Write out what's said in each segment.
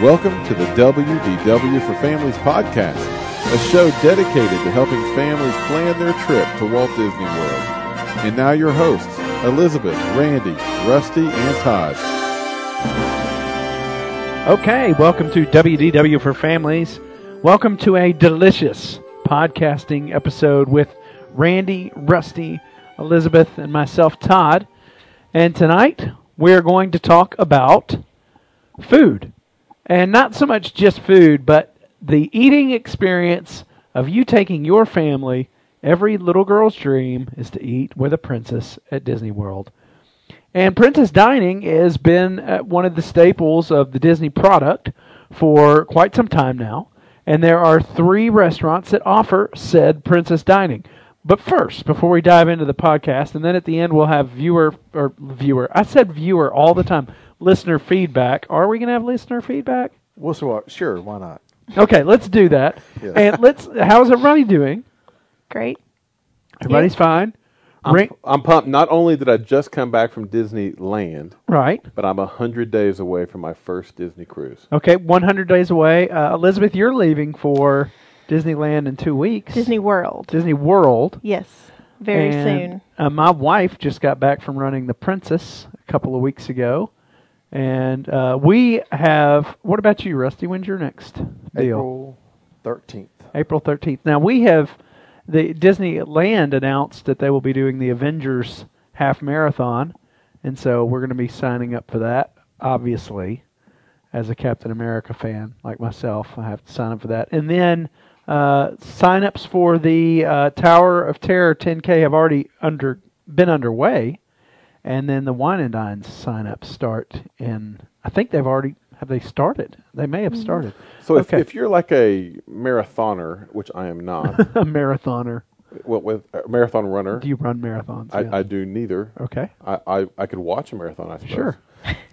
Welcome to the WDW for Families podcast, a show dedicated to helping families plan their trip to Walt Disney World. And now your hosts, Elizabeth, Randy, Rusty, and Todd. Okay, welcome to WDW for Families. Welcome to a delicious podcasting episode with Randy, Rusty, Elizabeth, and myself, Todd. And tonight we're going to talk about food. And not so much just food, but the eating experience of you taking your family. Every little girl's dream is to eat with a princess at Disney World. And Princess Dining has been uh, one of the staples of the Disney product for quite some time now. And there are three restaurants that offer said Princess Dining. But first, before we dive into the podcast, and then at the end we'll have viewer or viewer. I said viewer all the time. Listener feedback. Are we going to have listener feedback? Well, so, uh, sure, why not? Okay, let's do that. Yeah. And let's. How's everybody doing? Great. Everybody's fine. Ring- I'm pumped. Not only did I just come back from Disneyland, right. but I'm 100 days away from my first Disney cruise. Okay, 100 days away. Uh, Elizabeth, you're leaving for Disneyland in two weeks. Disney World. Disney World. Yes, very And, soon. Uh, my wife just got back from running the Princess a couple of weeks ago, and uh, we have. What about you, Rusty? When's your next deal? April 13th. April 13th. Now we have the Disneyland announced that they will be doing the Avengers half marathon, and so we're going to be signing up for that. Obviously, as a Captain America fan like myself, I have to sign up for that. And then uh, sign-ups for the uh, Tower of Terror 10K have already under been underway, and then the Wine and Dine sign-ups start in. I think they've already have they started. They may have started. So if, Okay. if you're like a marathoner, which I am not, A marathoner. well, with a marathon runner, Do you run marathons? I, yeah. I do neither. okay. I, I, I could watch a marathon, I suppose. Sure.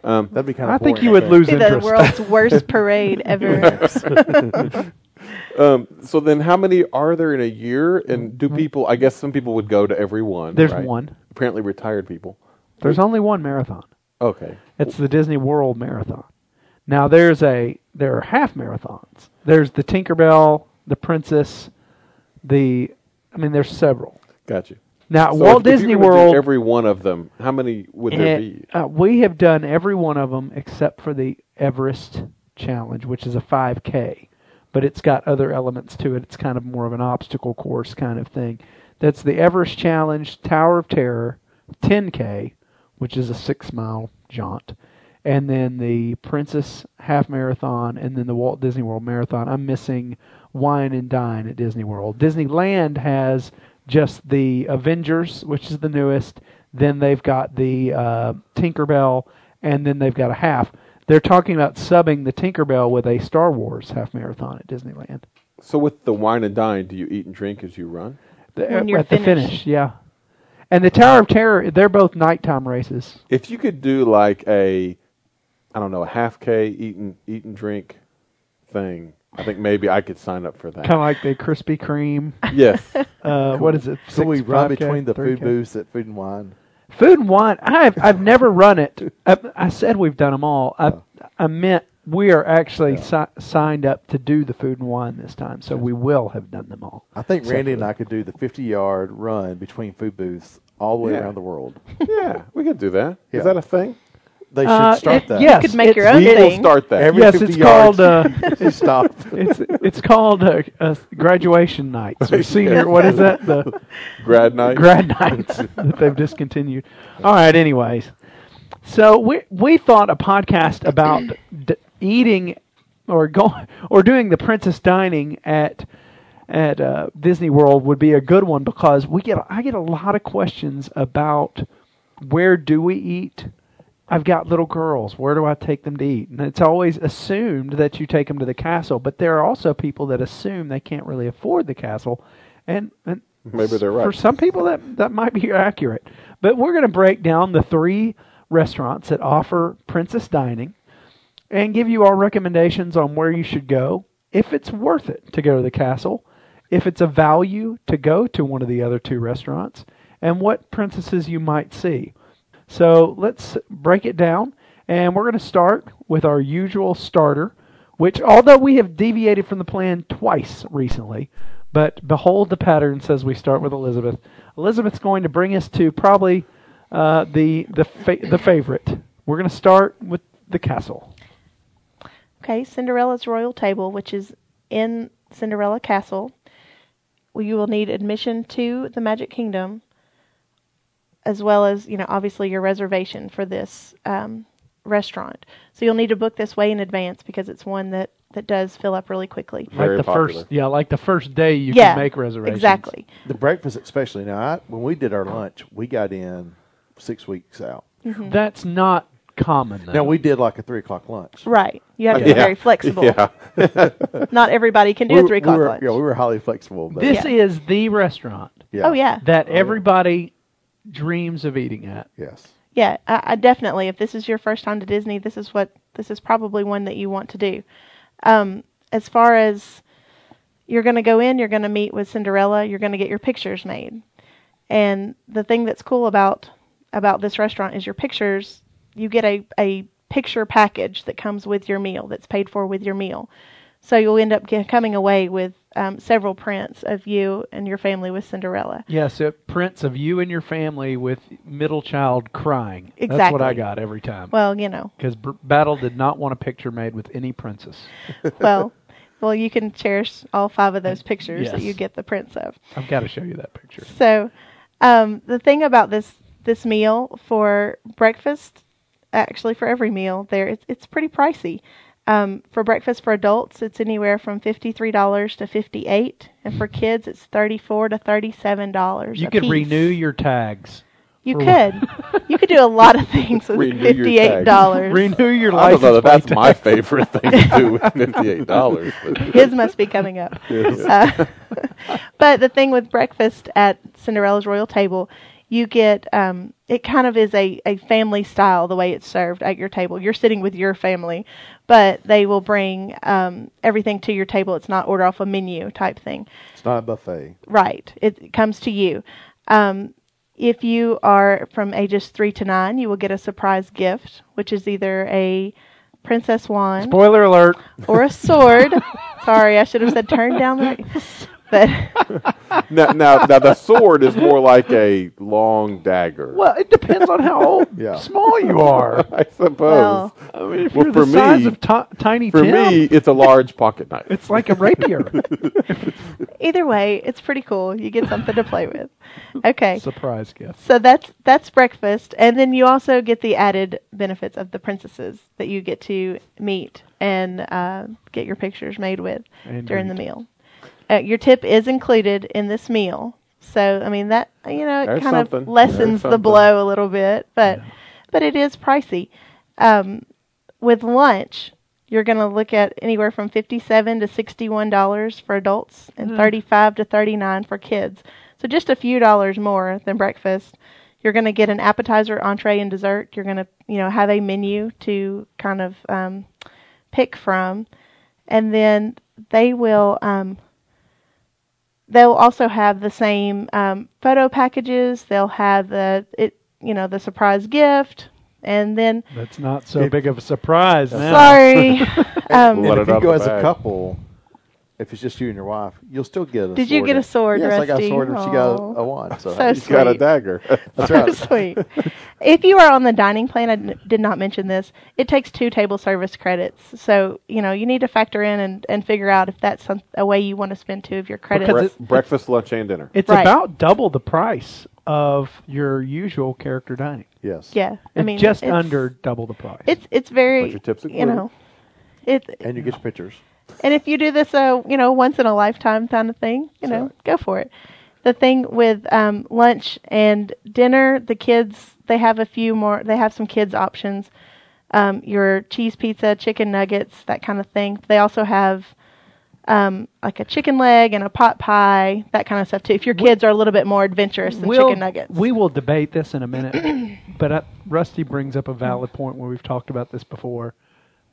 Um, That'd be kind I of think you would lose Be the interest. world's worst parade ever. um, so then, how many are there in a year? And do people? I guess some people would go to every one. Mm-hmm. There's right? one. Apparently, retired people. There's only one marathon. Okay. It's the Disney World Marathon. Now there's a there are half marathons. There's the Tinkerbell, the Princess, the I mean there's several. Got you. Now at So Uh, Walt if- if Disney you were to do World Every one of them. How many would there be? eh, uh, we have done every one of them except for the Everest challenge, which is a 5K, but it's got other elements to it. It's kind of more of an obstacle course kind of thing. That's the Everest challenge, Tower of Terror, 10K, which is a six mile jaunt, and then the Princess Half Marathon, and then the Walt Disney World Marathon. I'm missing Wine and Dine at Disney World. Disneyland has just the Avengers, which is the newest. Then they've got the uh, Tinkerbell, and then they've got a half. They're talking about subbing the Tinkerbell with a Star Wars half marathon at Disneyland. So with the wine and dine, do you eat and drink as you run? The- uh, When you're at the finished. finish, yeah. And the Tower of Terror, they're both nighttime races. If you could do like a, I don't know, a half K eat and eat and drink thing, I think maybe I could sign up for that. Kind of like the Krispy Kreme. Yes. Uh, what is it? So we Six, run 5K, between the food 3K? booths at Food and Wine. Food and wine. I've I've never run it. I, I said we've done them all. I I meant we are actually si- signed up to do the food and wine this time, so we will have done them all. I think Randy and I could do the 50 yard run between food booths all the way Yeah. around the world. yeah, we could do that. Is Yeah. that a thing? They should Uh, start it- that. yes, could make it's- your own We will thing. start that. Every Yes, 50 it's yards, called uh, stop. it's it's called uh, uh, graduation nights or senior. What is that? The Grad night. grad nights that they've discontinued. All right, anyways. So we we thought a podcast about d- eating or going or doing the princess dining at at uh, Disney World would be a good one because we get I get a lot of questions about where do we eat? I've got little girls. Where do I take them to eat? And it's always assumed that you take them to the castle, but there are also people that assume they can't really afford the castle, and, and Maybe they're right. For some people, that that might be accurate. But we're going to break down the three restaurants that offer princess dining, and give you our recommendations on where you should go, if it's worth it to go to the castle, if it's a value to go to one of the other two restaurants, and what princesses you might see. So let's break it down, and we're going to start with our usual starter, which, although we have deviated from the plan twice recently, but behold the pattern says we start with Elizabeth. Elizabeth's going to bring us to probably uh, the the fa- the favorite. We're going to start with the castle. Okay, Cinderella's royal table, which is in Cinderella Castle. Well, You will need admission to the Magic Kingdom, as well as, you know, obviously your reservation for this um, restaurant. So you'll need to book this way in advance because it's one that, that does fill up really quickly. like Very the popular. first, yeah, like the first day you yeah, can make reservations. Exactly. The breakfast, especially. Now, I, when we did our lunch, we got in six weeks out. Mm-hmm. That's not common. Though. Now, we did like a three o'clock lunch. Right. You have to be Yeah. very flexible. Yeah. Not everybody can do We a were- three o'clock we were, lunch. Yeah, we were highly flexible. But this is the restaurant Oh, yeah. that Oh, yeah. everybody dreams of eating at. Yes. Yeah, I, I definitely. If this is your first time to Disney, this is what this is probably one that you want to do. Um, as far as you're going to go in, you're going to meet with Cinderella. You're going to get your pictures made. And the thing that's cool about about this restaurant is your pictures. You get a a picture package that comes with your meal that's paid for with your meal. So you'll end up ge- coming away with um, several prints of you and your family with Cinderella. Yes, it prints of you and your family with middle child crying. That's what Exactly. I got every time. Well, you know, Because Br- Battle did not want a picture made with any princess. well, well, you can cherish all five of those pictures that Yes. you get the prints of. I've got to show you that picture. So, um, the thing about this this meal for breakfast, actually for every meal, there it's it's pretty pricey. Um, for breakfast for adults, it's anywhere from fifty three dollars to fifty eight, and for kids, it's thirty four to thirty seven dollars. You could renew your tags. You for- could. you could do a lot of things Renew with your fifty eight dollars. Renew your I license. don't know that that's plate my favorite thing to do with fifty-eight dollars. His must be coming up. Uh, but the thing with breakfast at Cinderella's Royal Table, you get um, it kind of is a, a family style the way it's served at your table. You're sitting with your family, but they will bring um, everything to your table. It's not order off a menu type thing. It's not a buffet. Right. It comes to you. Um, if you are from ages three to nine, you will get a surprise gift, which is either a princess wand Spoiler alert. or a sword. Sorry, I should have said turn down the. But now, now, now the sword is more like a long dagger. Well, it depends on how old, Yeah. small you are. I suppose. Well- I mean, if Well, you're the for size me- of ti- Tiny For Tim, me, it's a large pocket knife. it's like a rapier. either way, it's pretty cool. You get something to play with. Okay. Surprise gift. So that's that's breakfast, and then you also get the added benefits of the princesses that you get to meet and uh, get your pictures made with And during greet. the meal. Uh, your tip is included in this meal, so I mean that you know it There's kind something. of lessens There's the something. blow a little bit, but but it is pricey. Um, with lunch, you're going to look at anywhere from fifty-seven to sixty-one dollars for adults and thirty-five to thirty-nine for kids. So just a few dollars more than breakfast. You're going to get an appetizer, entree, and dessert. You're going to you know have a menu to kind of um, pick from, and then they will um, they'll also have the same um, photo packages. They'll have the it you know the surprise gift, and then That's not so big of a surprise now. sorry. We'll um, let it and if you out go the as a bag. couple, if it's just you and your wife, you'll still get a Did you sword get a and- sword, Yes, I got a Rusty? sword and she got a, Aw. a wand. So, So He's got a sweet. dagger. that's right. sweet. If you are on the dining plan, I n- did not mention this. It takes two table service credits, so you know you need to factor in and, and figure out if that's some, a way you want to spend two of your credits. Because Bre- it- breakfast, lunch, and dinner. It's Right. about double the price of your usual character dining. Yes. yeah, I It's mean just it's- under double the price. It's it's But very your tips you know it And you get your pictures. and if you do this uh you know once in a lifetime kind of thing you know go for it the thing with um, lunch and dinner the kids they have a few more they have some kids options um, your cheese pizza chicken nuggets that kind of thing they also have um, like a chicken leg and a pot pie that kind of stuff too if your kids are a little bit more adventurous than We'll- chicken nuggets We will debate this in a minute, but I, Rusty brings up a valid point where we've talked about this before.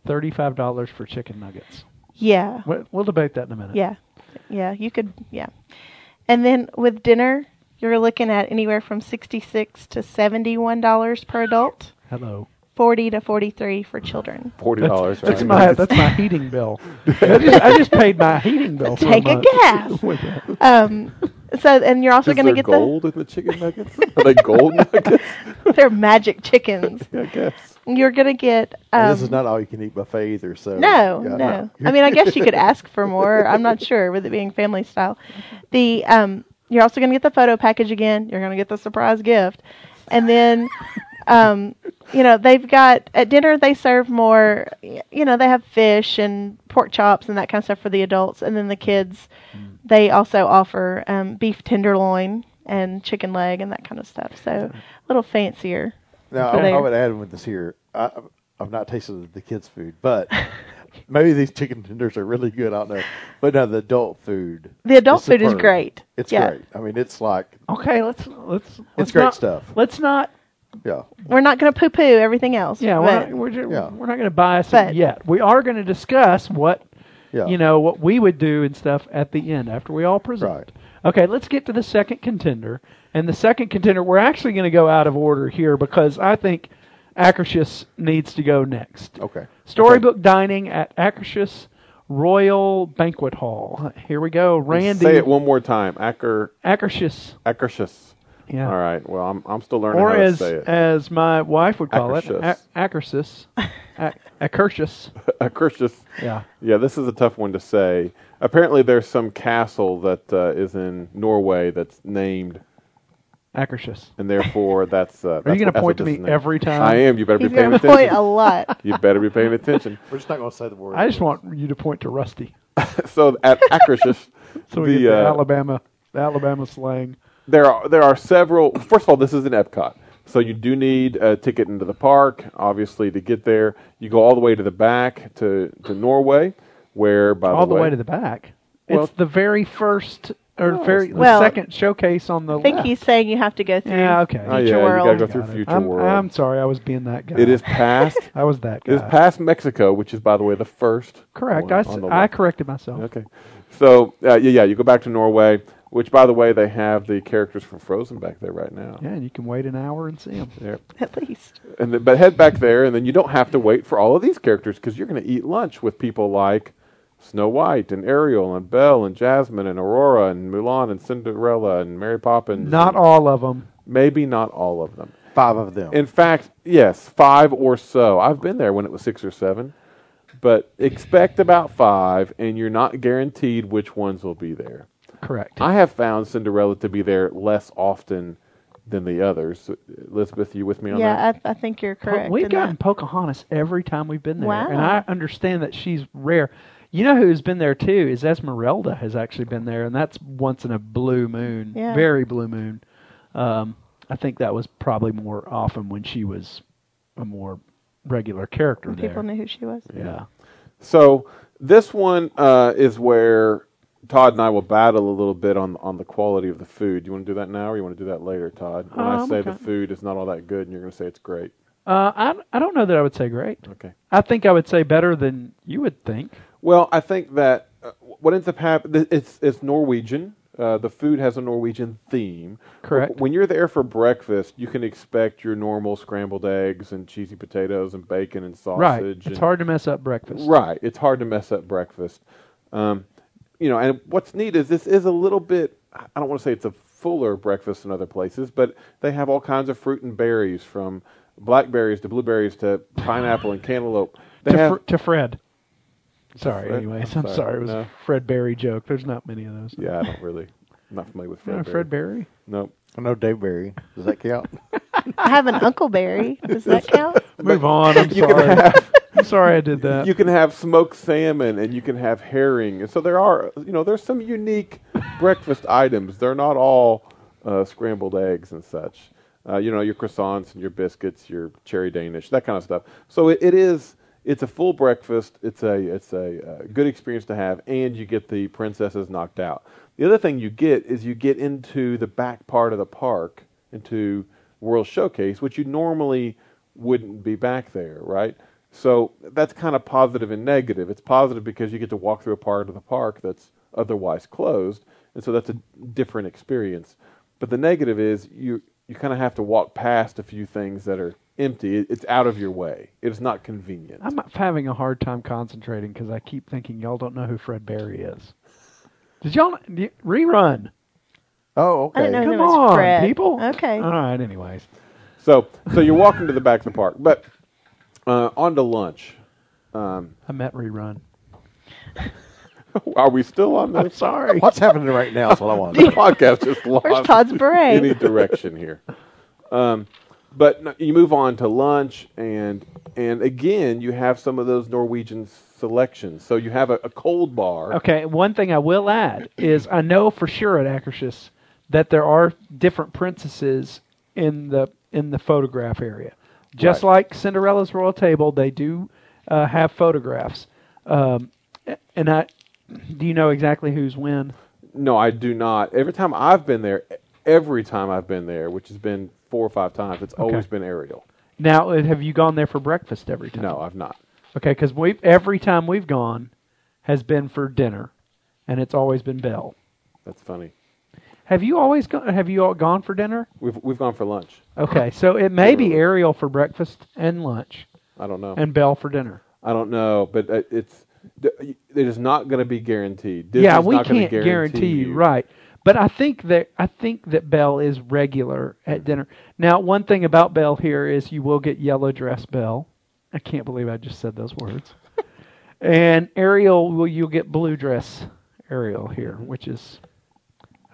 Thirty-five dollars for chicken nuggets. yeah We- We'll debate that in a minute. Yeah. Yeah, you could yeah. And then with dinner, you're looking at anywhere from 66 to 71 dollars per adult Hello. forty to forty three for children. Forty dollars. That's right? my that's my heating bill. I just, I just paid my heating bill. for Take a month. guess. With that. Um, so and you're also Is going to there get gold in the chicken nuggets? Are they gold nuggets? the they're magic chickens. I guess. You're going to get. And Um, this is not all you can eat buffet either. So No, yeah, no. I mean, I guess you could ask for more. I'm not sure with it being family style. The um, you're also going to get the photo package again. You're going to get the surprise gift, and then, um, you know, they've got at dinner they serve more. y- You know, they have fish and pork chops and that kind of stuff for the adults, and then the kids, Mm. they also offer um, beef tenderloin and chicken leg and that kind of stuff. So a little fancier. Now, So I, I there. would add with this here. I, I've not tasted the kids' food, but maybe these chicken tenders are really good. I don't know. But no, the adult food. The adult food is superb. great. It's Yeah. great. I mean, it's like, Okay, let's let's. let's great not- stuff. Let's not. yeah. We're not going to poo poo everything else. Yeah, we're but- not, we're, ju- Yeah. we're not going to bias it But- yet. We are going to discuss what Yeah. you know what we would do and stuff at the end after we all present. Right. Okay, let's get to the second contender, and the second contender we're actually going to go out of order here because I think Akershus needs to go next. Okay. Storybook dining at Akershus Royal Banquet Hall. Here we go, Randy Say it one more time. Acker, Akershus. Akershus. Yeah. All right. Well, I'm, I'm still learning Or how to as say it. as my wife would call it, Akershus. a- Akershus, a- Akershus. Akershus. Yeah. Yeah, this is a tough one to say. Apparently, there's some castle that uh, is in Norway that's named, Akershus. and therefore that's. Uh, Are you going gonna point to me every time? I am. You better He's be paying going to point attention. a lot. You better be paying attention. We're just not going to say the word. I just want you to point to Rusty, So at Akershus, so we the, get the uh, Alabama, the Alabama slang. there are there are several. First of all, this is an Epcot, so you do need a ticket into the park, obviously, to get there. You go all the way to the back to to Norway, where by All the the way, way to the back. Well- it's the very first or very the Well- second showcase on the. I think left. he's saying you have to go through Oh, Yeah, okay. Oh, yeah, Future you gotta World. go through Future I'm, World. I'm sorry, I was being that guy. it is past. I was that guy. It is past Mexico, which is, by the way, the first. Correct. one I, on s- the I left. corrected myself. Okay. So uh, yeah, yeah, you go back to Norway, which, by the way, they have the characters from Frozen back there right now. Yeah, and you can wait an hour and see him. There. at least. and then, but head back there, and then you don't have to wait for all of these characters because you're going to eat lunch with people like Snow White and Ariel and Belle and Jasmine and Aurora and Mulan and Cinderella and Mary Poppins. Not and all of them. Maybe not all of them. five of them. In fact, yes, five or so. I've been there when it was six or seven, but expect about five, and you're not guaranteed which ones will be there. Correct. I have found Cinderella to be there less often than the others. Elizabeth, you with me on that? Yeah, I, I think you're Po- correct. We've in gotten that. Pocahontas every time we've been there, and Wow. I understand that she's rare. You know who's been there too is Esmeralda has actually been there, and that's once in a blue moon, Yeah. very blue moon. Um, I think that was probably more often when she was a more regular character people there. knew who she was. yeah, So this one uh, is where Todd and I will battle a little bit on on the quality of the food. Do you want to do that now, or you want to do that later, Todd? When I Um, say okay. the food is not all that good, and you're going to say it's great. uh, I I don't know that I would say great. Okay. I think I would say better than you would think. Well, I think that uh, what ends up happening it's it's Norwegian. Uh, the food has a Norwegian theme. Correct. When you're there for breakfast, you can expect your normal scrambled eggs and cheesy potatoes and bacon and sausage. right, and- it's hard to mess up breakfast. Right. It's hard to mess up breakfast. Um, you know, and what's neat is this is a little bit, I don't want to say it's a fuller breakfast in other places, but they have all kinds of fruit and berries from blackberries to blueberries to pineapple and cantaloupe. They to, have, Fr- to Fred. Sorry, Fred? anyways. I'm I'm, sorry. sorry, It was no. a Fred Berry joke. There's not many of those. yeah, I don't really, I'm not familiar with You know Fred Berry. Fred Berry? Nope. I know Dave Berry. Does that count? I have an Uncle Barry. Does that count? Move on. I'm sorry. I'm sorry I did that. You can have smoked salmon and you can have herring. And so there are, you know, there's some unique breakfast items. They're not all uh, scrambled eggs and such. Uh, you know, your croissants and your biscuits, your cherry Danish, that kind of stuff. So it, it is, it's a full breakfast. It's a, it's a uh, good experience to have, and you get the princesses knocked out. The other thing you get is you get into the back part of the park, into World Showcase, which you normally wouldn't be back there, right? So that's kind of positive and negative. It's positive because you get to walk through a part of the park that's otherwise closed, and so that's a different experience. But the negative is you you kind of have to walk past a few things that are empty. It- It's out of your way. It is not convenient. I'm having a hard time concentrating because I keep thinking y'all don't know who Fred Berry is. Did y'all do you- rerun? Oh, okay. I didn't know his Come name was on, Fred. people. Okay. All right. Anyways, So, so you're walking to the back of the park, but uh, on to lunch. Um, I met rerun. are we still on I'm this sorry. What's happening right now is what I want to know. podcast? Just Where's lost Todd's beret? any direction here. Um, but no, you move on to lunch, and and again you have some of those Norwegian selections. So you have a, a cold bar. Okay, one thing I will add is I know for sure at Akershus that there are different princesses in the in the photograph area. Just Right. like Cinderella's royal table, they do uh, have photographs. Um, a- and I, do you know exactly who's when? No, I do not. Every time I've been there, every time I've been there, which has been four or five times, it's always been Ariel. Now, uh, have you gone there for breakfast every time? No, I've not. Okay, because we every time we've gone has been for dinner, and it's always been Belle. That's funny. Have you always gone? Have you all gone for dinner? We've we've gone for lunch. Okay, so it may be Literally. Ariel for breakfast and lunch, I don't know. and Belle for dinner. I don't know, but uh, it's it is not going to be guaranteed. Disney's yeah, we not gonna can't guarantee, you, you. right? But I think that I think that Belle is regular at dinner. Now, one thing about Belle here is you will get yellow dress Belle. I can't believe I just said those words. and Ariel, will you'll get blue dress Ariel here, which is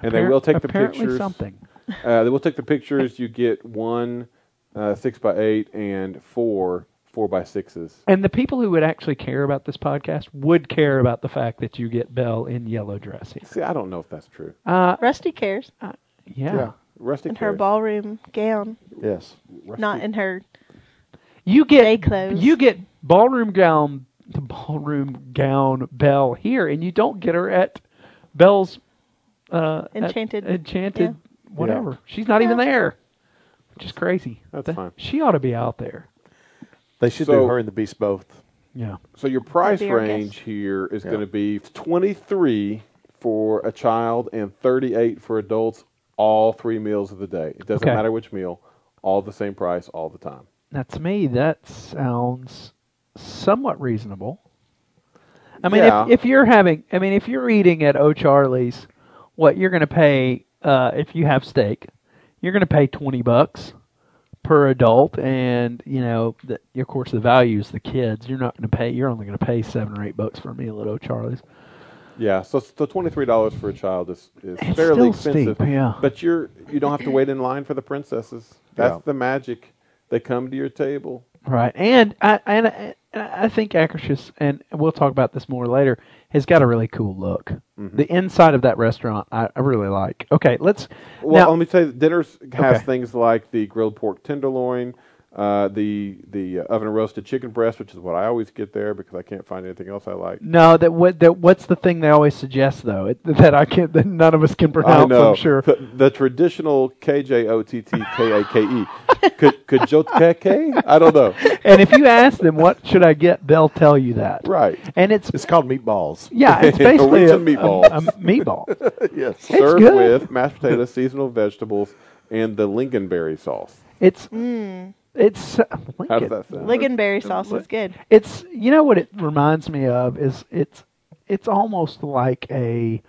And they appar- will take the apparently pictures. Something. Uh, they will take the pictures. You get one uh, six by eight and four four by sixes. And the people who would actually care about this podcast would care about the fact that you get Belle in yellow dress here. See, I don't know if that's true. Uh, Rusty cares. yeah. Yeah. Rusty In her cares. ballroom gown, Yes. Rusty- not in her. You get Day clothes. You get ballroom gown, the ballroom gown Belle here, and you don't get her at Belle's uh, at Enchanted. enchanted, whatever. She's not even Yeah. there, which is crazy. That's That- fine. She ought to be out there. They should So- do her and the beast both. Yeah. So your price That'd be our range guess. here is Yeah. going to be twenty three for a child and thirty eight for adults. All three meals of the day. It doesn't Okay. matter which meal. All the same price all the time. Now, to me, that sounds somewhat reasonable. I mean, Yeah. if, if you're having, I mean, if you're eating at O'Charlie's, what you're going to pay uh, if you have steak, you're going to pay twenty bucks per adult, and you know, the, of course, the value is the kids. You're not going to pay. You're only going to pay seven or eight bucks for a meal at O'Charlie's. Yeah, so so twenty three dollars for a child is, is It's fairly still expensive. steep, yeah. But you're you don't have to wait in line for the princesses. That's Yeah. the magic. They come to your table. Right, and I and I, I think Akershus, and we'll talk about this more later, has got a really cool look. Mm-hmm. The inside of that restaurant, I, I really like. Okay, let's Well, um, now- let me tell you, dinners has Okay. things like the grilled pork tenderloin, uh, the the oven roasted chicken breast, which is what I always get there because I can't find anything else I like. no. That what that what's the thing they always suggest though it, that I can that none of us can pronounce. I know. I'm sure. The, the traditional K J O T T K A K E. Could could Jotkeke? I don't know. and if you ask them what should I get, they'll tell you that. Right. And it's It's called meatballs. yeah, it's basically a, Norwegian meatballs. a- a meatball. yes. Served good. with mashed potatoes, seasonal vegetables, and the lingonberry sauce. It's it's How does that sound? Ligonberry Hmm. sauce is good. It's you know what it reminds me of is it's it's almost like a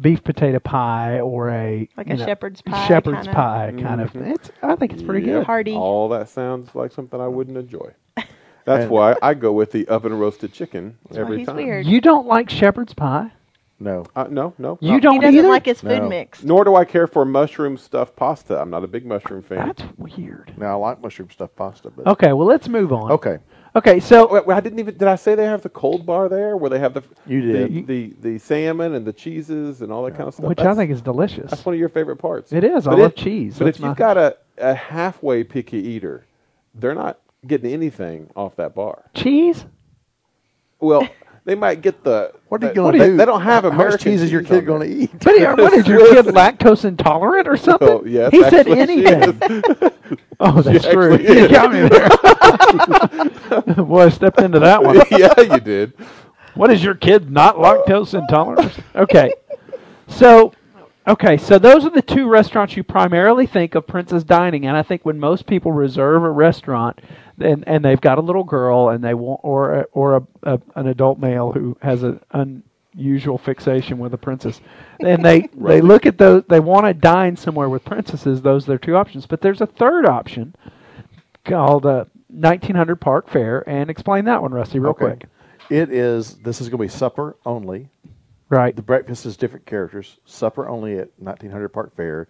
beef potato pie or a Like you a shepherd's pie shepherd's kinda. pie kind of. Mm-hmm. It's I think it's pretty Yep. good. Hearty. All that sounds like something I wouldn't enjoy. That's why I go with the oven roasted chicken why every he's time. weird. You don't like shepherd's pie? No. Uh, no, no. You no. don't He doesn't either? like his food No. mix. Nor do I care for mushroom stuffed pasta. I'm not a big mushroom fan. That's weird. No, I like mushroom stuffed pasta, but Okay, well let's move on. okay. Okay, so Wait, wait, I didn't even. Did I say they have the cold bar there where they have the You the did. the, the salmon and the cheeses and all that kind of stuff? which I That's- think is delicious. that's one of your favorite parts. It is. I But love cheese. But That's if my- you've got a, a halfway picky eater, they're not getting anything off that bar. Cheese? Well, they might get the. What are the- you going to they- do? They don't have How much American cheese is your on kid there. going to eat? But yeah, what is your kid lactose intolerant or something? Oh, yes, he said actually, she anything. Oh, that's She true. actually You got me there. Boy, I stepped into that one. yeah, you did. What is your kid not lactose intolerant? Okay. So Okay, so those are the two restaurants you primarily think of Princess Dining, and I think when most people reserve a restaurant, and and they've got a little girl, and they want or a- or a, a an adult male who has an unusual fixation with a princess, and they they look at those, they want to dine somewhere with princesses. Those are their two options, but there's a third option called uh, 1900 Park Fair, and explain that one, Rusty, real Okay. quick. It is. This is going to be supper only. Right. The breakfast is different characters. Supper only at 1900 Park Fair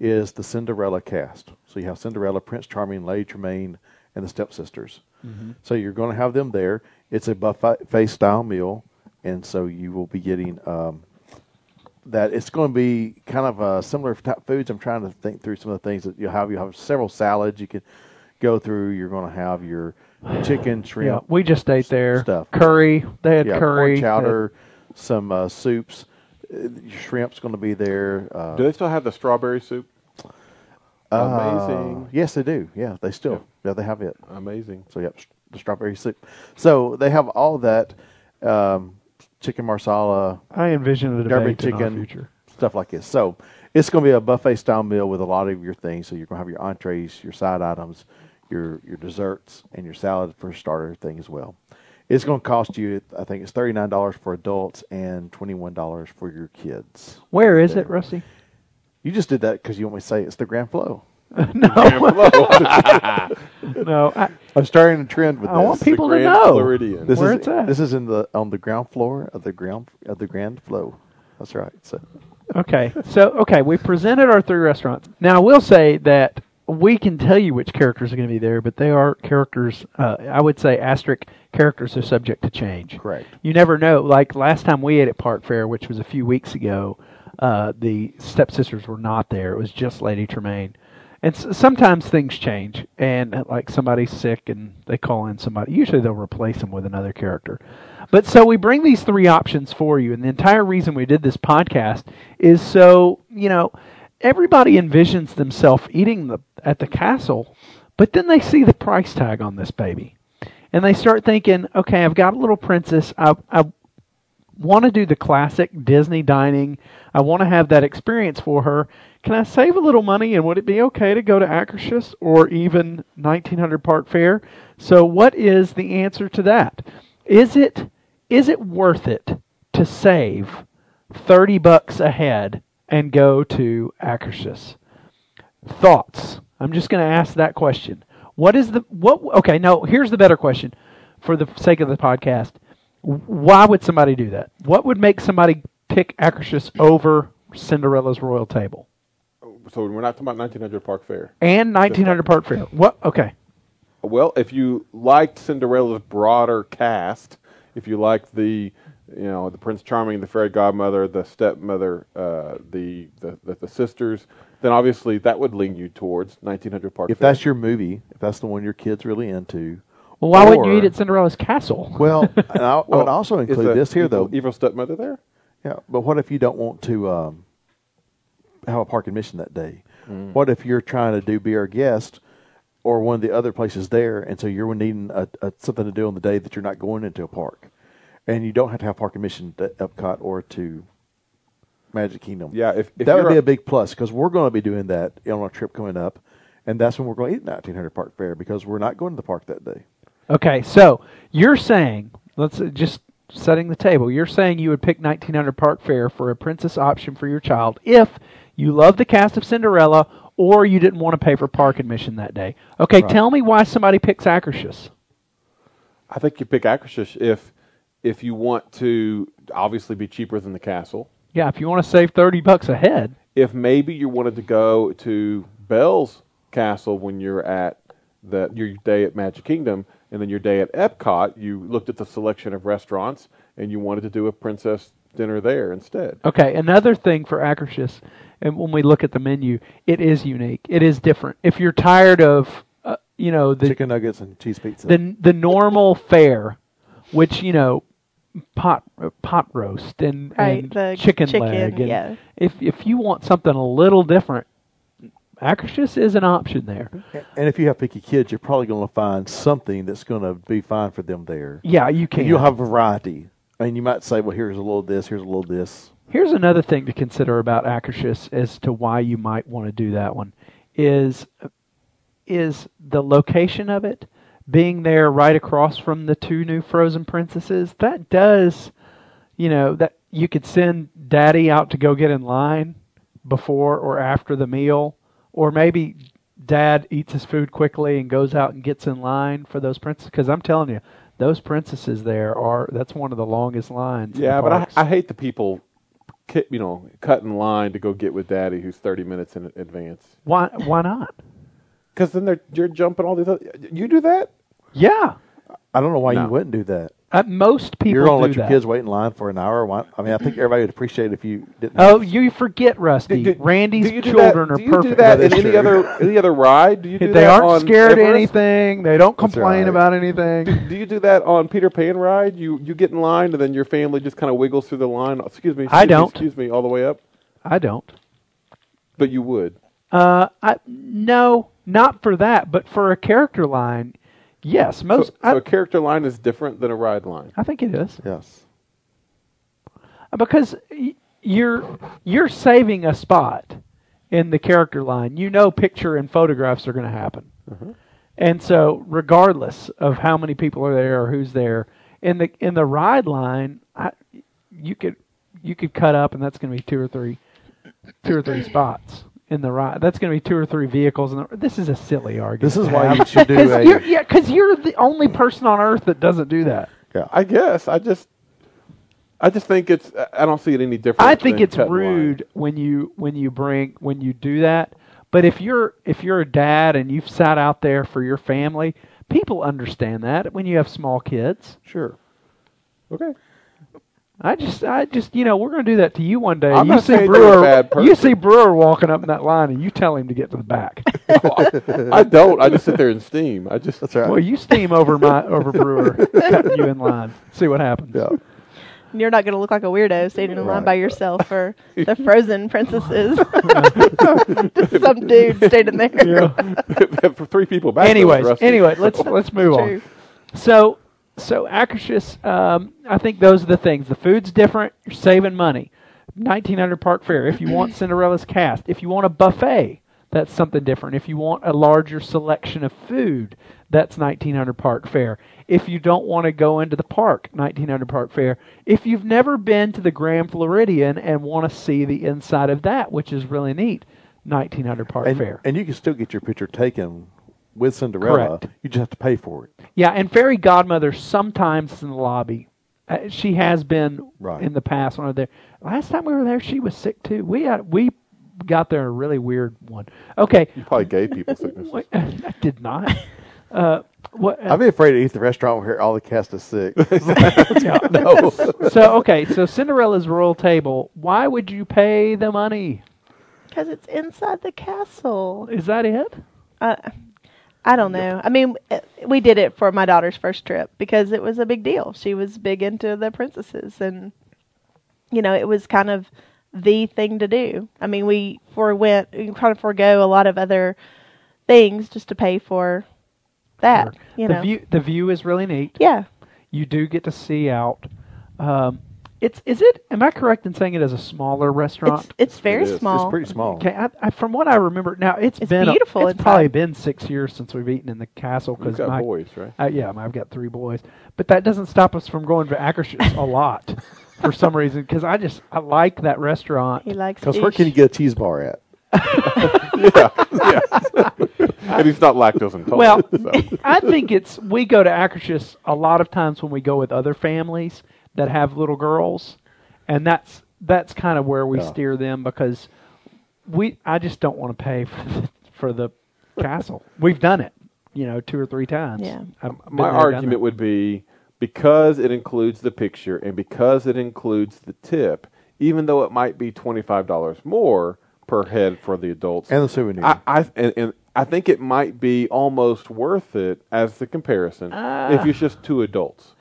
is the Cinderella cast. So you have Cinderella, Prince Charming, Lady Tremaine, and the stepsisters. Mm-hmm. So you're going to have them there. It's a buffet style meal, and so you will be getting um, that. It's going to be kind of uh, similar type foods. I'm trying to think through some of the things that you'll have. You will have several salads you can go through. You're going to have your chicken, shrimp, Yeah, we just ate there. stuff. Curry. They had yeah, curry. they had- pork chowder, some uh, soups. Uh, Your shrimp's going to be there. Uh, Do they still have the strawberry soup? uh, Amazing. yes, they do. Yeah, they still. Yeah, they have it. Amazing. So yep, st- the strawberry soup. So they have all that um, chicken marsala, I envision a derby debate in our chicken, future. stuff like this. So it's going to be a buffet style meal with a lot of your things. So you're going to have your entrees, your side items, your your desserts, and your salad for starter thing as well. It's going to cost you, I think it's thirty nine dollars for adults and twenty one dollars for your kids. Where is There. it, Rusty? You just did that because you want me to say it's the Grand Flow. No, I, I'm starting a trend with I this. want people to Grand know. Floridian. This Where is it's at. This is in the on the ground floor of the ground of the Grand Flow. That's right. So Okay, so okay, we presented our three restaurants. Now I will say that we can tell you which characters are going to be there, but they are characters. Uh, I would say asterisk characters are subject to change. Correct. You never know. Like last time we ate at Park Fair, which was a few weeks ago, uh, the stepsisters were not there. It was just Lady Tremaine. And s- sometimes things change, and uh, like somebody's sick, and they call in somebody. Usually they'll replace them with another character. But so we bring these three options for you, and the entire reason we did this podcast is so you know everybody envisions themselves eating the at the castle, but then they see the price tag on this baby, and they start thinking, okay, I've got a little princess. I, I want to do the classic Disney dining. I want to have that experience for her. Can I save a little money and would it be okay to go to Akershus or even 1900 Park Fair? So what is the answer to that? Is it is it worth it to save 30 bucks a head and go to Akershus? thoughts i'm just going to ask that question what is the what okay no here's the better question for the sake of the podcast why would somebody do that what would make somebody pick akershus over cinderella's royal table So we're not talking about 1900 Park Fair. and 1900 part fair what okay Well, if you liked Cinderella's broader cast, if you liked the, you know, the Prince Charming, the fairy godmother, the stepmother, uh, the, the, the the sisters, then obviously that would lean you towards 1900 Park if Fair. that's your movie, if that's the one your kids really into, well why wouldn't you or- eat at cinderella's castle Well, and I, I Well, would also is include the this here evil- though. Evil stepmother there. Yeah, but what if you don't want to um, have a park admission that day? Mm. What if you're trying to do be our guest or one of the other places there, and so you're needing a, a, something to do on the day that you're not going into a park, and you don't have to have park admission to Epcot or to Magic Kingdom. Yeah, if- if that would you're be a- a big plus because we're going to be doing that on our trip coming up, and that's when we're going to eat at 1900 Park Fair because we're not going to the park that day. Okay, so you're saying, let's uh, just setting the table, you're saying you would pick 1900 Park Fair for a princess option for your child if you love the cast of Cinderella or you didn't want to pay for park admission that day. Okay, tell me why somebody picks Akershus. I think you pick Akershus if if you want to obviously be cheaper than the castle. Yeah, if you want to save 30 bucks a head. If maybe you wanted to go to Bell's Castle when you're at the your day at Magic Kingdom and then your day at Epcot, you looked at the selection of restaurants and you wanted to do a princess dinner there instead. Okay, another thing for Akershus, and when we look at the menu, it is unique. It is different. If you're tired of, uh, you know, the Chicken nuggets and cheese pizza. the the normal fare, which you know, pot pot roast and, Right, and the chicken, chicken, leg. and yeah. If if you want something a little different, Akershus is an option there. And if you have picky kids, you're probably going to find something that's going to be fine for them there. Yeah, you can. And you'll have variety. And you might say, well, here's a little this, here's a little this. Here's another thing to consider about Akershus as to why you might want to do that one is is the location of it being there right across from the two new frozen princesses that does you know that you could send daddy out to go get in line before or after the meal or maybe dad eats his food quickly and goes out and gets in line for those princesses because i'm telling you those princesses there are that's one of the longest lines in the Yeah, but I, parks. I hate the people, ki- you know, cut in line to go get with daddy who's 30 minutes in advance. why why not Because then they're you're jumping all these other. You do that? yeah I don't know why No. you wouldn't do that. Uh, most people You're going to do let your that. kids wait in line for an hour. Why? I mean, I think everybody would appreciate if you didn't. Oh, you forget, Rusty. Do- do- Randy's do you do children that, are do you perfect. Do that in That is any true. other any other ride? Do you do They that aren't on scared of Everest? anything. They don't That's complain right. about anything. Do, do you do that on Peter Pan ride? You you get in line and then your family just kind of wiggles through the line. Excuse me. excuse I me, don't. excuse me. All the way up. I don't. But you would. Uh, I no, not for that, but for a character line, yes. So, Most so I, a character line is different than a ride line. I think it is Yes. because y- you're you're saving a spot in the character line. You know, picture and photographs are going to happen, Mm-hmm. and so regardless of how many people are there or who's there in the in the ride line, I, you could you could cut up, and that's going to be two or three two or three spots in the ride. That's going to be two or three vehicles. And this is a silly argument. This is to why have. you should do Cause you're, a. yeah, because you're the only person on earth that doesn't do that. I guess. I just. I just think it's. I- I don't see it any different. I think than it's cut in line. rude when you when you bring when you do that. But if you're if you're a dad and you've sat out there for your family, people understand that when you have small kids. Sure. Okay. I just I just you know we're going to do that to you one day. I'm you not see saying you're a Brewer, bad you person. see Brewer walking up in that line, and you tell him to get to the back. I don't. I just sit there and steam. I just. That's right. well, you steam over my over Brewer, cutting you in line. See what happens. yeah. And you're not going to look like a weirdo standing in line by yourself for the frozen princesses. Just some dude standing there. for three people back. there was Anyways, Rusty. anyway, let's let's move on. True. So, so Akershus, um, I think those are the things. The food's different. You're saving money. 1900 Park Fair. If you want Cinderella's cast, if you want a buffet, that's something different. If you want a larger selection of food, that's 1900 Park Fair. If you don't want to go into the park, 1900 Park Fair. If you've never been to the Grand Floridian and want to see the inside of that, which is really neat, 1900 Park And, Fair. and you can still get your picture taken with Cinderella. Correct. You just have to pay for it. Yeah, and fairy godmother sometimes is in the lobby. Uh, she has been Right. in the past when I was there. Last time we were there, she was sick too. We had, we got there a really weird one. Okay, Probably gay people sickness. Wait, I did not. Uh, what? I'd be afraid to eat at the restaurant where all the cast is sick. yeah. no. uh, So okay, so Cinderella's royal table. Why would you pay the money? Because it's inside the castle. Is that it? I, I don't know. I mean, uh, we did it for my daughter's first trip because it was a big deal. She was big into the princesses, and you know, it was kind of the thing to do. I mean, we forewent, we kind of forego a lot of other things just to pay for that. You the know, view the view is really neat. yeah, you do get to see out. Um, it's is it? Am I correct in saying it is a smaller restaurant? it's it's very is. It's small. It's pretty small. Okay, I, I, from what I remember, now It's been a- beautiful it's probably inside. been six years since we've eaten in the castle We've because got my boys, right? uh, yeah, I've got three boys, but that doesn't stop us from going to Akershus a lot for some reason because I just I like that restaurant. he likes Because where fish. can you get a cheese bar at? yeah. yeah. and he's not lactose intolerant. Well, so. I think it's we go to Akershus a lot of times when we go with other families that have little girls, and that's that's kind of where we Yeah. steer them because we I just don't want to pay for the, for the castle. We've done it, you know, two or three times. Yeah. I've been my there, done that. argument would be because it includes the picture and because it includes the tip, even though it might be twenty five dollars more per head for the adults, And the souvenir. I, I and, and I think it might be almost worth it as the comparison Ah. if it's just two adults.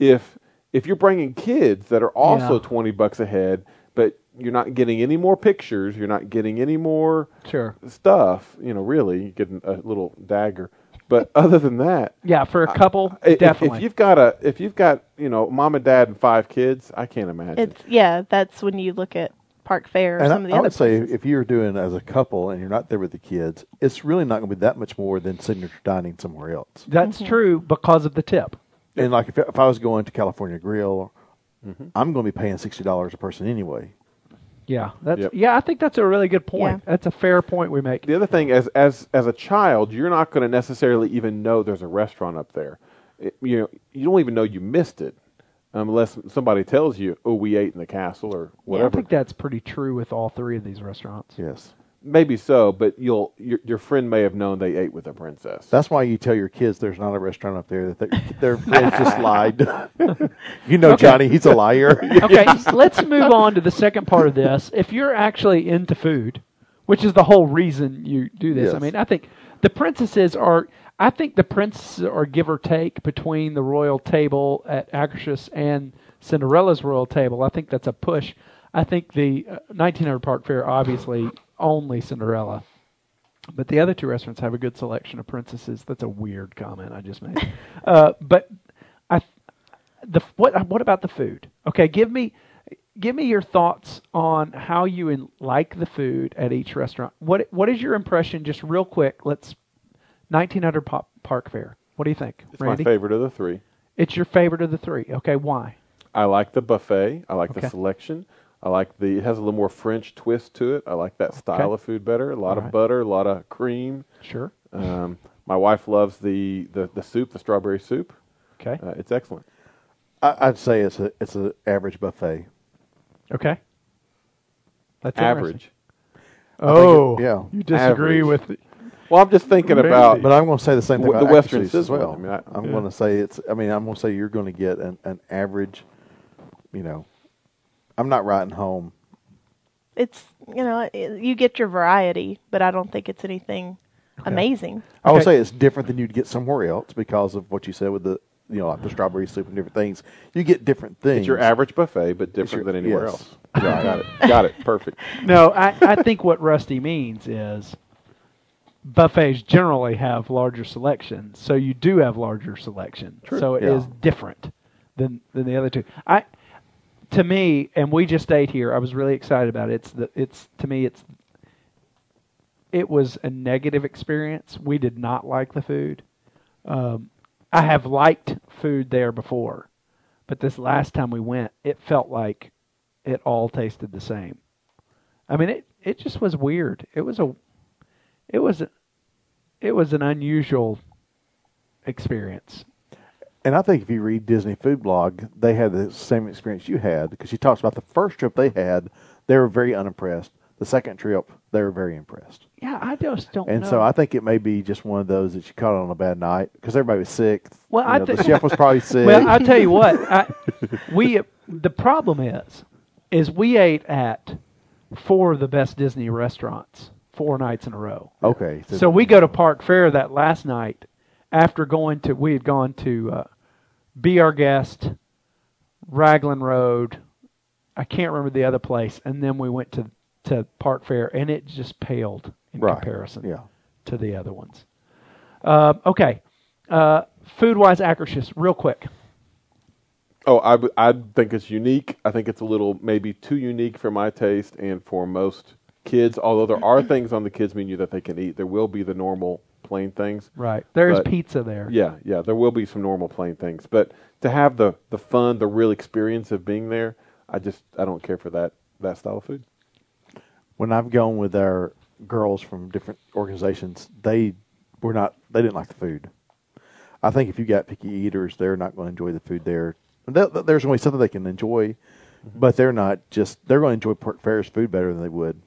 If if you're bringing kids that are also Yeah. twenty bucks a head, but you're not getting any more pictures, you're not getting any more Sure. stuff, you know, really, you get a little dagger. But other than that, Yeah, for a couple, i- if, definitely. if you've got a if you've got you know mom and dad and five kids, I can't imagine. It's yeah, that's when you look at Park Fair or and some I, of I the other would say places. if you're doing as a couple and you're not there with the kids, it's really not going to be that much more than signature dining somewhere else. That's true because of the tip. And like if, if I was going to California Grill, Mm-hmm. I'm going to be paying sixty dollars a person anyway. Yeah, that's Yep. yeah. I think that's a really good point. That's a fair point we make. the other thing as as as a child, you're not going to necessarily even know there's a restaurant up there. It- you know, you don't even know you missed it unless somebody tells you, "Oh, we ate in the castle" or Yeah, I whatever. think that's pretty true with all three of these restaurants. Yes, Maybe so, but you'll your, your friend may have known they ate with a princess. that's why you tell your kids there's not a restaurant up there that they- their friends just lied. you know, Okay. Johnny, he's a liar. Okay, let's move on to the second part of this. If you're actually into food, which is the whole reason you do this, I Yes. mean, I think the princesses are. I think the princesses are give or take between the royal table at Akershus and Cinderella's royal table. I think that's a push. I think the uh, 1900 Park Fair obviously only Cinderella. But the other two restaurants have a good selection of princesses. That's a weird comment I just made. uh, but I, the what? What about the food? Okay, give me, give me your thoughts on how you in, like the food at each restaurant. What What is your impression? Just real quick. Let's 1900 Pop Park Fair. What do you think, it's Randy? my favorite of the three. It's your favorite of the three. Okay, why? I like the buffet. I like Okay. the selection. I like the it has a little more French twist to it. I like that style Okay. of food better. A lot of Alright. butter, a lot of cream. Sure. Um, my wife loves the, the, the soup, the strawberry soup. Okay. Uh, it's excellent. I, I'd say it's a it's an average buffet. okay. That's interesting. Average. Oh, it- yeah. You disagree Average. with? Well, I'm just thinking Maybe. about. But I'm going to say the same thing With about the Western Actors as sizzle, well. I mean, I- am Yeah. going to say it's. I mean, I'm going to say you're going to get an, an average. You know, I'm not writing home. It's you know it, you get your variety, but I don't think it's anything amazing. I would Okay. say it's different than you'd get somewhere else because of what you said with the you know like the strawberry soup and different things. You get different things. it's your average buffet, but It's different your- than anywhere yes. else. Got it. Got it. Perfect. no, I, I think what Rusty means is buffets generally have larger selections, so you do have larger selection. So it is Yeah. different than than the other two. I to me, and we just ate here. I was really excited about it. It's the it's to me it's it was a negative experience. We did not like the food. Um, I have liked food there before, but this last time we went, it felt like it all tasted the same. I mean, it it just was weird. It was a, it was, a, it was an unusual experience. And I think if you read Disney Food Blog, they had the same experience you had because she talks about the first trip they had. They were very unimpressed. The second trip, they were very impressed. Yeah, I just don't. And know. so I think it may be just one of those that you caught on a bad night because everybody was sick. Well, You I know, thi- the chef was probably sick. Well, I tell you what, I, we the problem is, is we ate at four of the best Disney restaurants four nights in a row. okay, So we go to Park Fair that last night after going to we had gone to uh, Be Our Guest, Raglan Road, I can't remember the other place, and then we went to to Park Fair and it just paled in Right, comparison yeah. to the other ones. Uh, okay. Uh, food wise Akershus, real quick. Oh, I, w- I think it's unique. I think it's a little maybe too unique for my taste and for most kids. Although there are things on the kids menu that they can eat, there will be the normal plain things. Right. There is But- pizza there. Yeah, yeah, there will be some normal plain things, but to have the the fun, the real experience of being there, I just I don't care for that that style of food. when I've gone with our girls from different organizations, they were not they didn't like the food. I think if you got picky eaters, they're not going to enjoy the food there. There- There's only something they can enjoy, Mm-hmm. but they're not just they're going to enjoy Port Ferris food better than they would.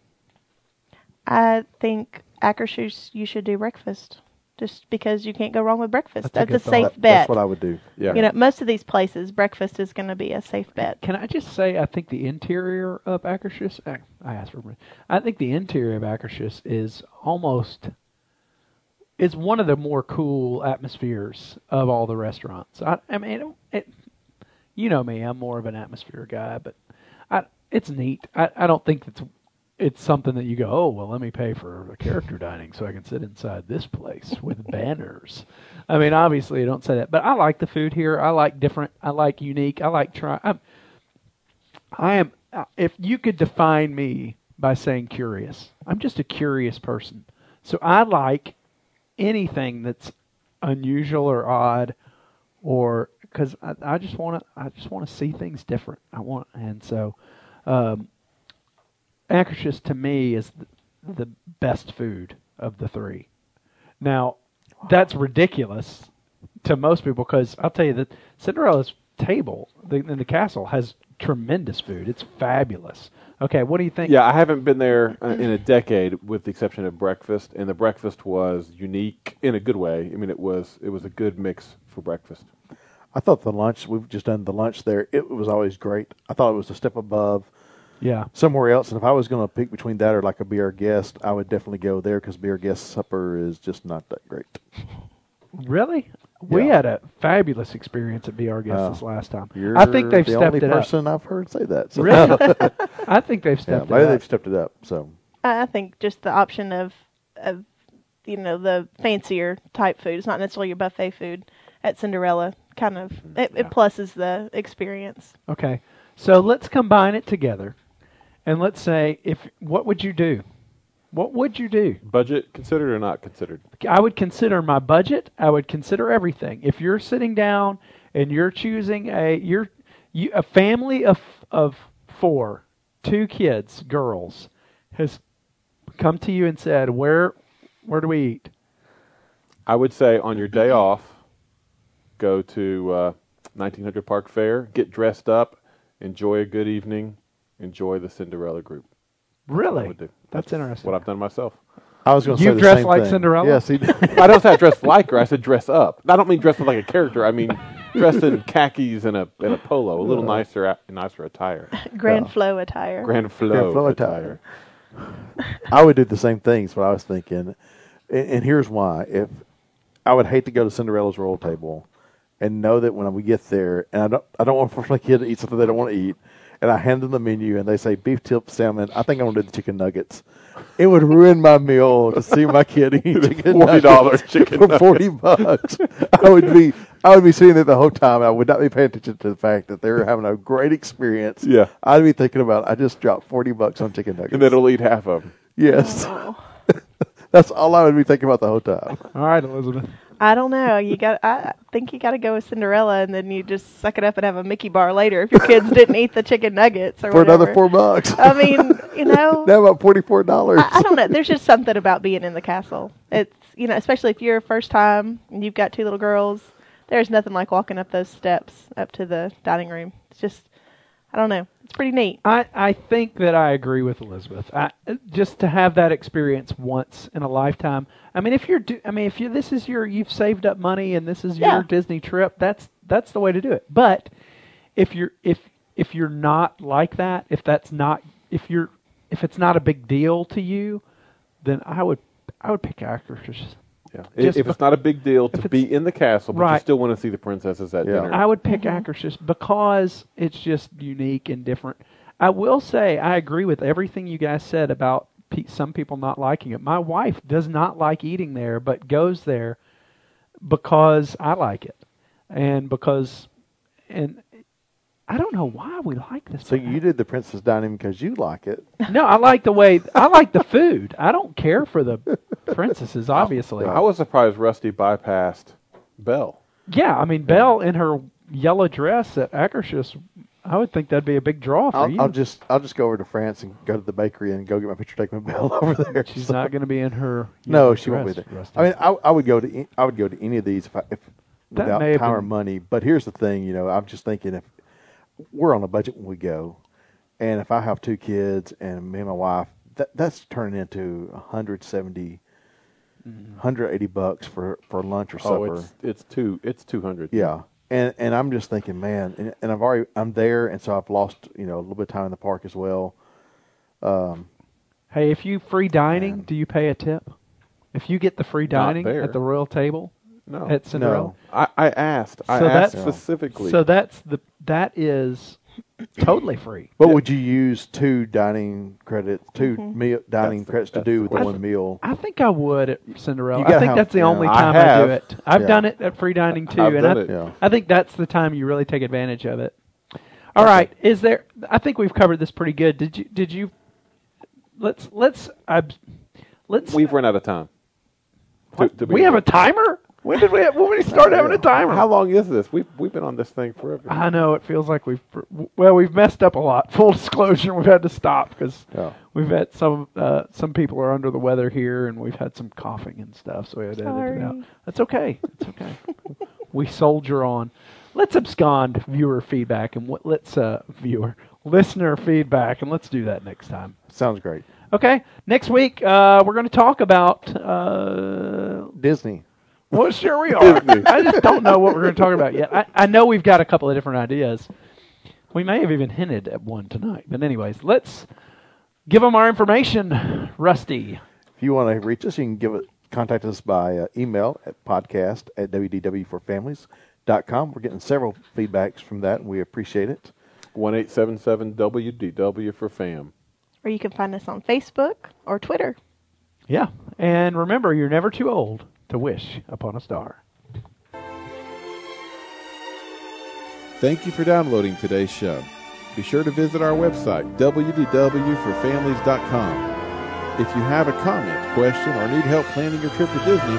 I think Akershus you should do breakfast, just because you can't go wrong with breakfast. That's a That's, good a thought. safe That- bet. That's what I would do. Yeah, You know, most of these places, breakfast is going to be a safe bet. Can I just say, I think the interior of Akershus, I I asked for, I think the interior of Akershus is almost, is one of the more cool atmospheres of all the restaurants. I, I mean, it, you know me, I'm more of an atmosphere guy, but I, it's neat. I, I don't think it's, it's something that you go, oh well, let me pay for a character dining so I can sit inside this place with banners. I mean, obviously, you don't say that, but I like the food here. I like different. I like unique. I like try. I'm, I am. uh, If you could define me by saying curious, I'm just a curious person. So I like anything that's unusual or odd, or because I, I just want to. I just want to see things different. I want, and so um, Akershus to me is the, the best food of the three. Now, that's ridiculous to most people because I'll tell you that Cinderella's table the, in the castle has tremendous food. It's fabulous. Okay, what do you think? Yeah, I haven't been there uh, in a decade, with the exception of breakfast, and the breakfast was unique in a good way. I mean, it was it was a good mix for breakfast. I thought the lunch we've just done the lunch there. It was always great. I thought it was a step above Yeah. somewhere else. And if I was going to pick between that or like a beer guest, I would definitely go there because beer guest supper is just not that great. Really? We Yeah. had a fabulous experience at BR Guest Oh, this last time. You're I think they've the stepped only it up. person I've heard say that. So Really? I think they've yeah, stepped maybe it up. they've stepped it up. So I I think just the option of, of, you know, the fancier type food. It's not necessarily your buffet food at Cinderella. Kind of it, Yeah. it pluses the experience. Okay. So let's combine it together and let's say if what would you do? What would you do? Budget considered or not considered? I would consider my budget. I would consider everything. If you're sitting down and you're choosing a you're you, a family of of four, two kids, girls, has come to you and said, "Where, where do we eat?" I would say on your day off, go to uh, 1900 Park Fair, get dressed up, enjoy a good evening, enjoy the Cinderella group. I Really, would do. that's interesting. What I've done myself. I was going to You say the dress same like thing. Cinderella? Yes, he did. I don't say I dress like her. I said dress up. I don't mean dress up like a character. I mean dress in khakis and a and a polo, a little nicer a- nicer attire. Grand flow attire. Grand flow, Grand flow attire. I would do the same things. What I was thinking, and, and here's why: if I would hate to go to Cinderella's royal table, and know that when we get there, and I don't, I don't want to force my kid to eat something they don't want to eat, and I hand them the menu, and they say beef tip salmon. I think I want to do the chicken nuggets. It would ruin my meal to see my kid eat chicken $40 nuggets chicken for forty bucks. I would be. I would be sitting there the whole time. I would not be paying attention to the fact that they were having a great experience. Yeah. I'd be thinking about I just dropped forty bucks on chicken nuggets. And then it'll eat half of them. yes, Oh. that's all I would be thinking about the whole time. All right, Elizabeth. I don't know. You got. I think you got to go with Cinderella, and then you just suck it up and have a Mickey bar later if your kids didn't eat the chicken nuggets or For another whatever. four bucks, I mean, you know, now about forty four dollars. I, I don't know. There's just something about being in the castle. It's you know, especially if you're a first time and you've got two little girls. There's nothing like walking up those steps up to the dining room. It's just, I don't know. It's pretty neat. I, I think that I agree with Elizabeth. I, just to have that experience once in a lifetime. I mean, if you're, do, I mean, if you this is your, you've saved up money and this is your Yeah. Disney trip. That's that's the way to do it. But if you're if if you're not like that, if that's not if you're if it's not a big deal to you, then I would I would pick actors. Yeah. Just if be- it's not a big deal to if be in the castle, but you Right. still want to see the princesses at Yeah. dinner. I would pick Akershus just because it's just unique and different. I will say I agree with everything you guys said about pe- some people not liking it. My wife does not like eating there, but goes there because I like it, and because and I don't know why we like this. So but I- you did the princess dining because you like it. no, I like the way I like the food. I don't care for the princesses, obviously. I was surprised Rusty bypassed Belle. Yeah, I mean Belle in her yellow dress at Akershus. I would think that'd be a big draw for you. I'll, I'll just I'll just go over to France and go to the bakery and go get my picture taken with Belle over there. She's So- not going to be in her. No, yellow she won't be dress, there. Rusty. I mean, I, I would go to an- I would go to any of these if, I, if That without may have time or been- money. But here's the thing, you know, I'm just thinking if we're on a budget when we go, and if I have two kids and me and my wife, that that's turning into 170, Mm-hmm. 180 bucks for for lunch or supper. Oh, it's it's two it's two hundred. Yeah, and and I'm just thinking, man, and, and I've already I'm there, and so I've lost you know a little bit of time in the park as well. hey, if you free dining, do you pay a tip? If you get the free dining there. at the royal table No. at Cinderella, No. I, I asked. I So asked that's- specifically. so that's the that is totally free. But would you use two dining credits, 2 meal, dining That's the- credits to that's do with the the I one meal? I think I would at Cinderella. You I gotta think have- that's the yeah. only I time have. I do it. I've Yeah. done it at free dining too, I've and done I, it. Yeah. I think that's the time you really take advantage of it. All right, is there? I think we've covered this pretty good. Did you? Did you? Let's let's I, let's. We've run out of time. To- to we have a timer. When did we? Have, when did we start having a timer? How long is this? We've we've been on this thing forever. I know it feels like we've well we've messed up a lot. Full disclosure, we've had to stop because Yeah. we've had some uh, some people are under the weather here, and we've had some coughing and stuff, so we had to edit it out. Sorry. That's okay. It's okay. we soldier on. Let's abscond viewer feedback and what, let's uh, viewer listener feedback, and let's do that next time. Sounds great. Okay, next week uh, we're going to talk about. Uh, Disney. well, sure we are. I just don't know what we're going to talk about yet. I, I know we've got a couple of different ideas. We may have even hinted at one tonight. But, anyways, let's give them our information, Rusty. If you want to reach us, you can give it, contact us by uh, email at podcast at wdw4families.com. We're getting several feedbacks from that, and we appreciate it. One eight seven seven WDW for fam. Or you can find us on Facebook or Twitter. Yeah. And remember, you're never too old to wish upon a star. Thank you for downloading today's show. Be sure to visit our website, wdwforfamilies.com. If you have a comment, question, or need help planning your trip to Disney,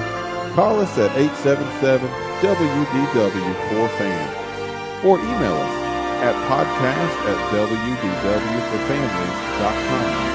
call us at 877-WDW4FAM or email us at podcast at wdwforfamilies.com.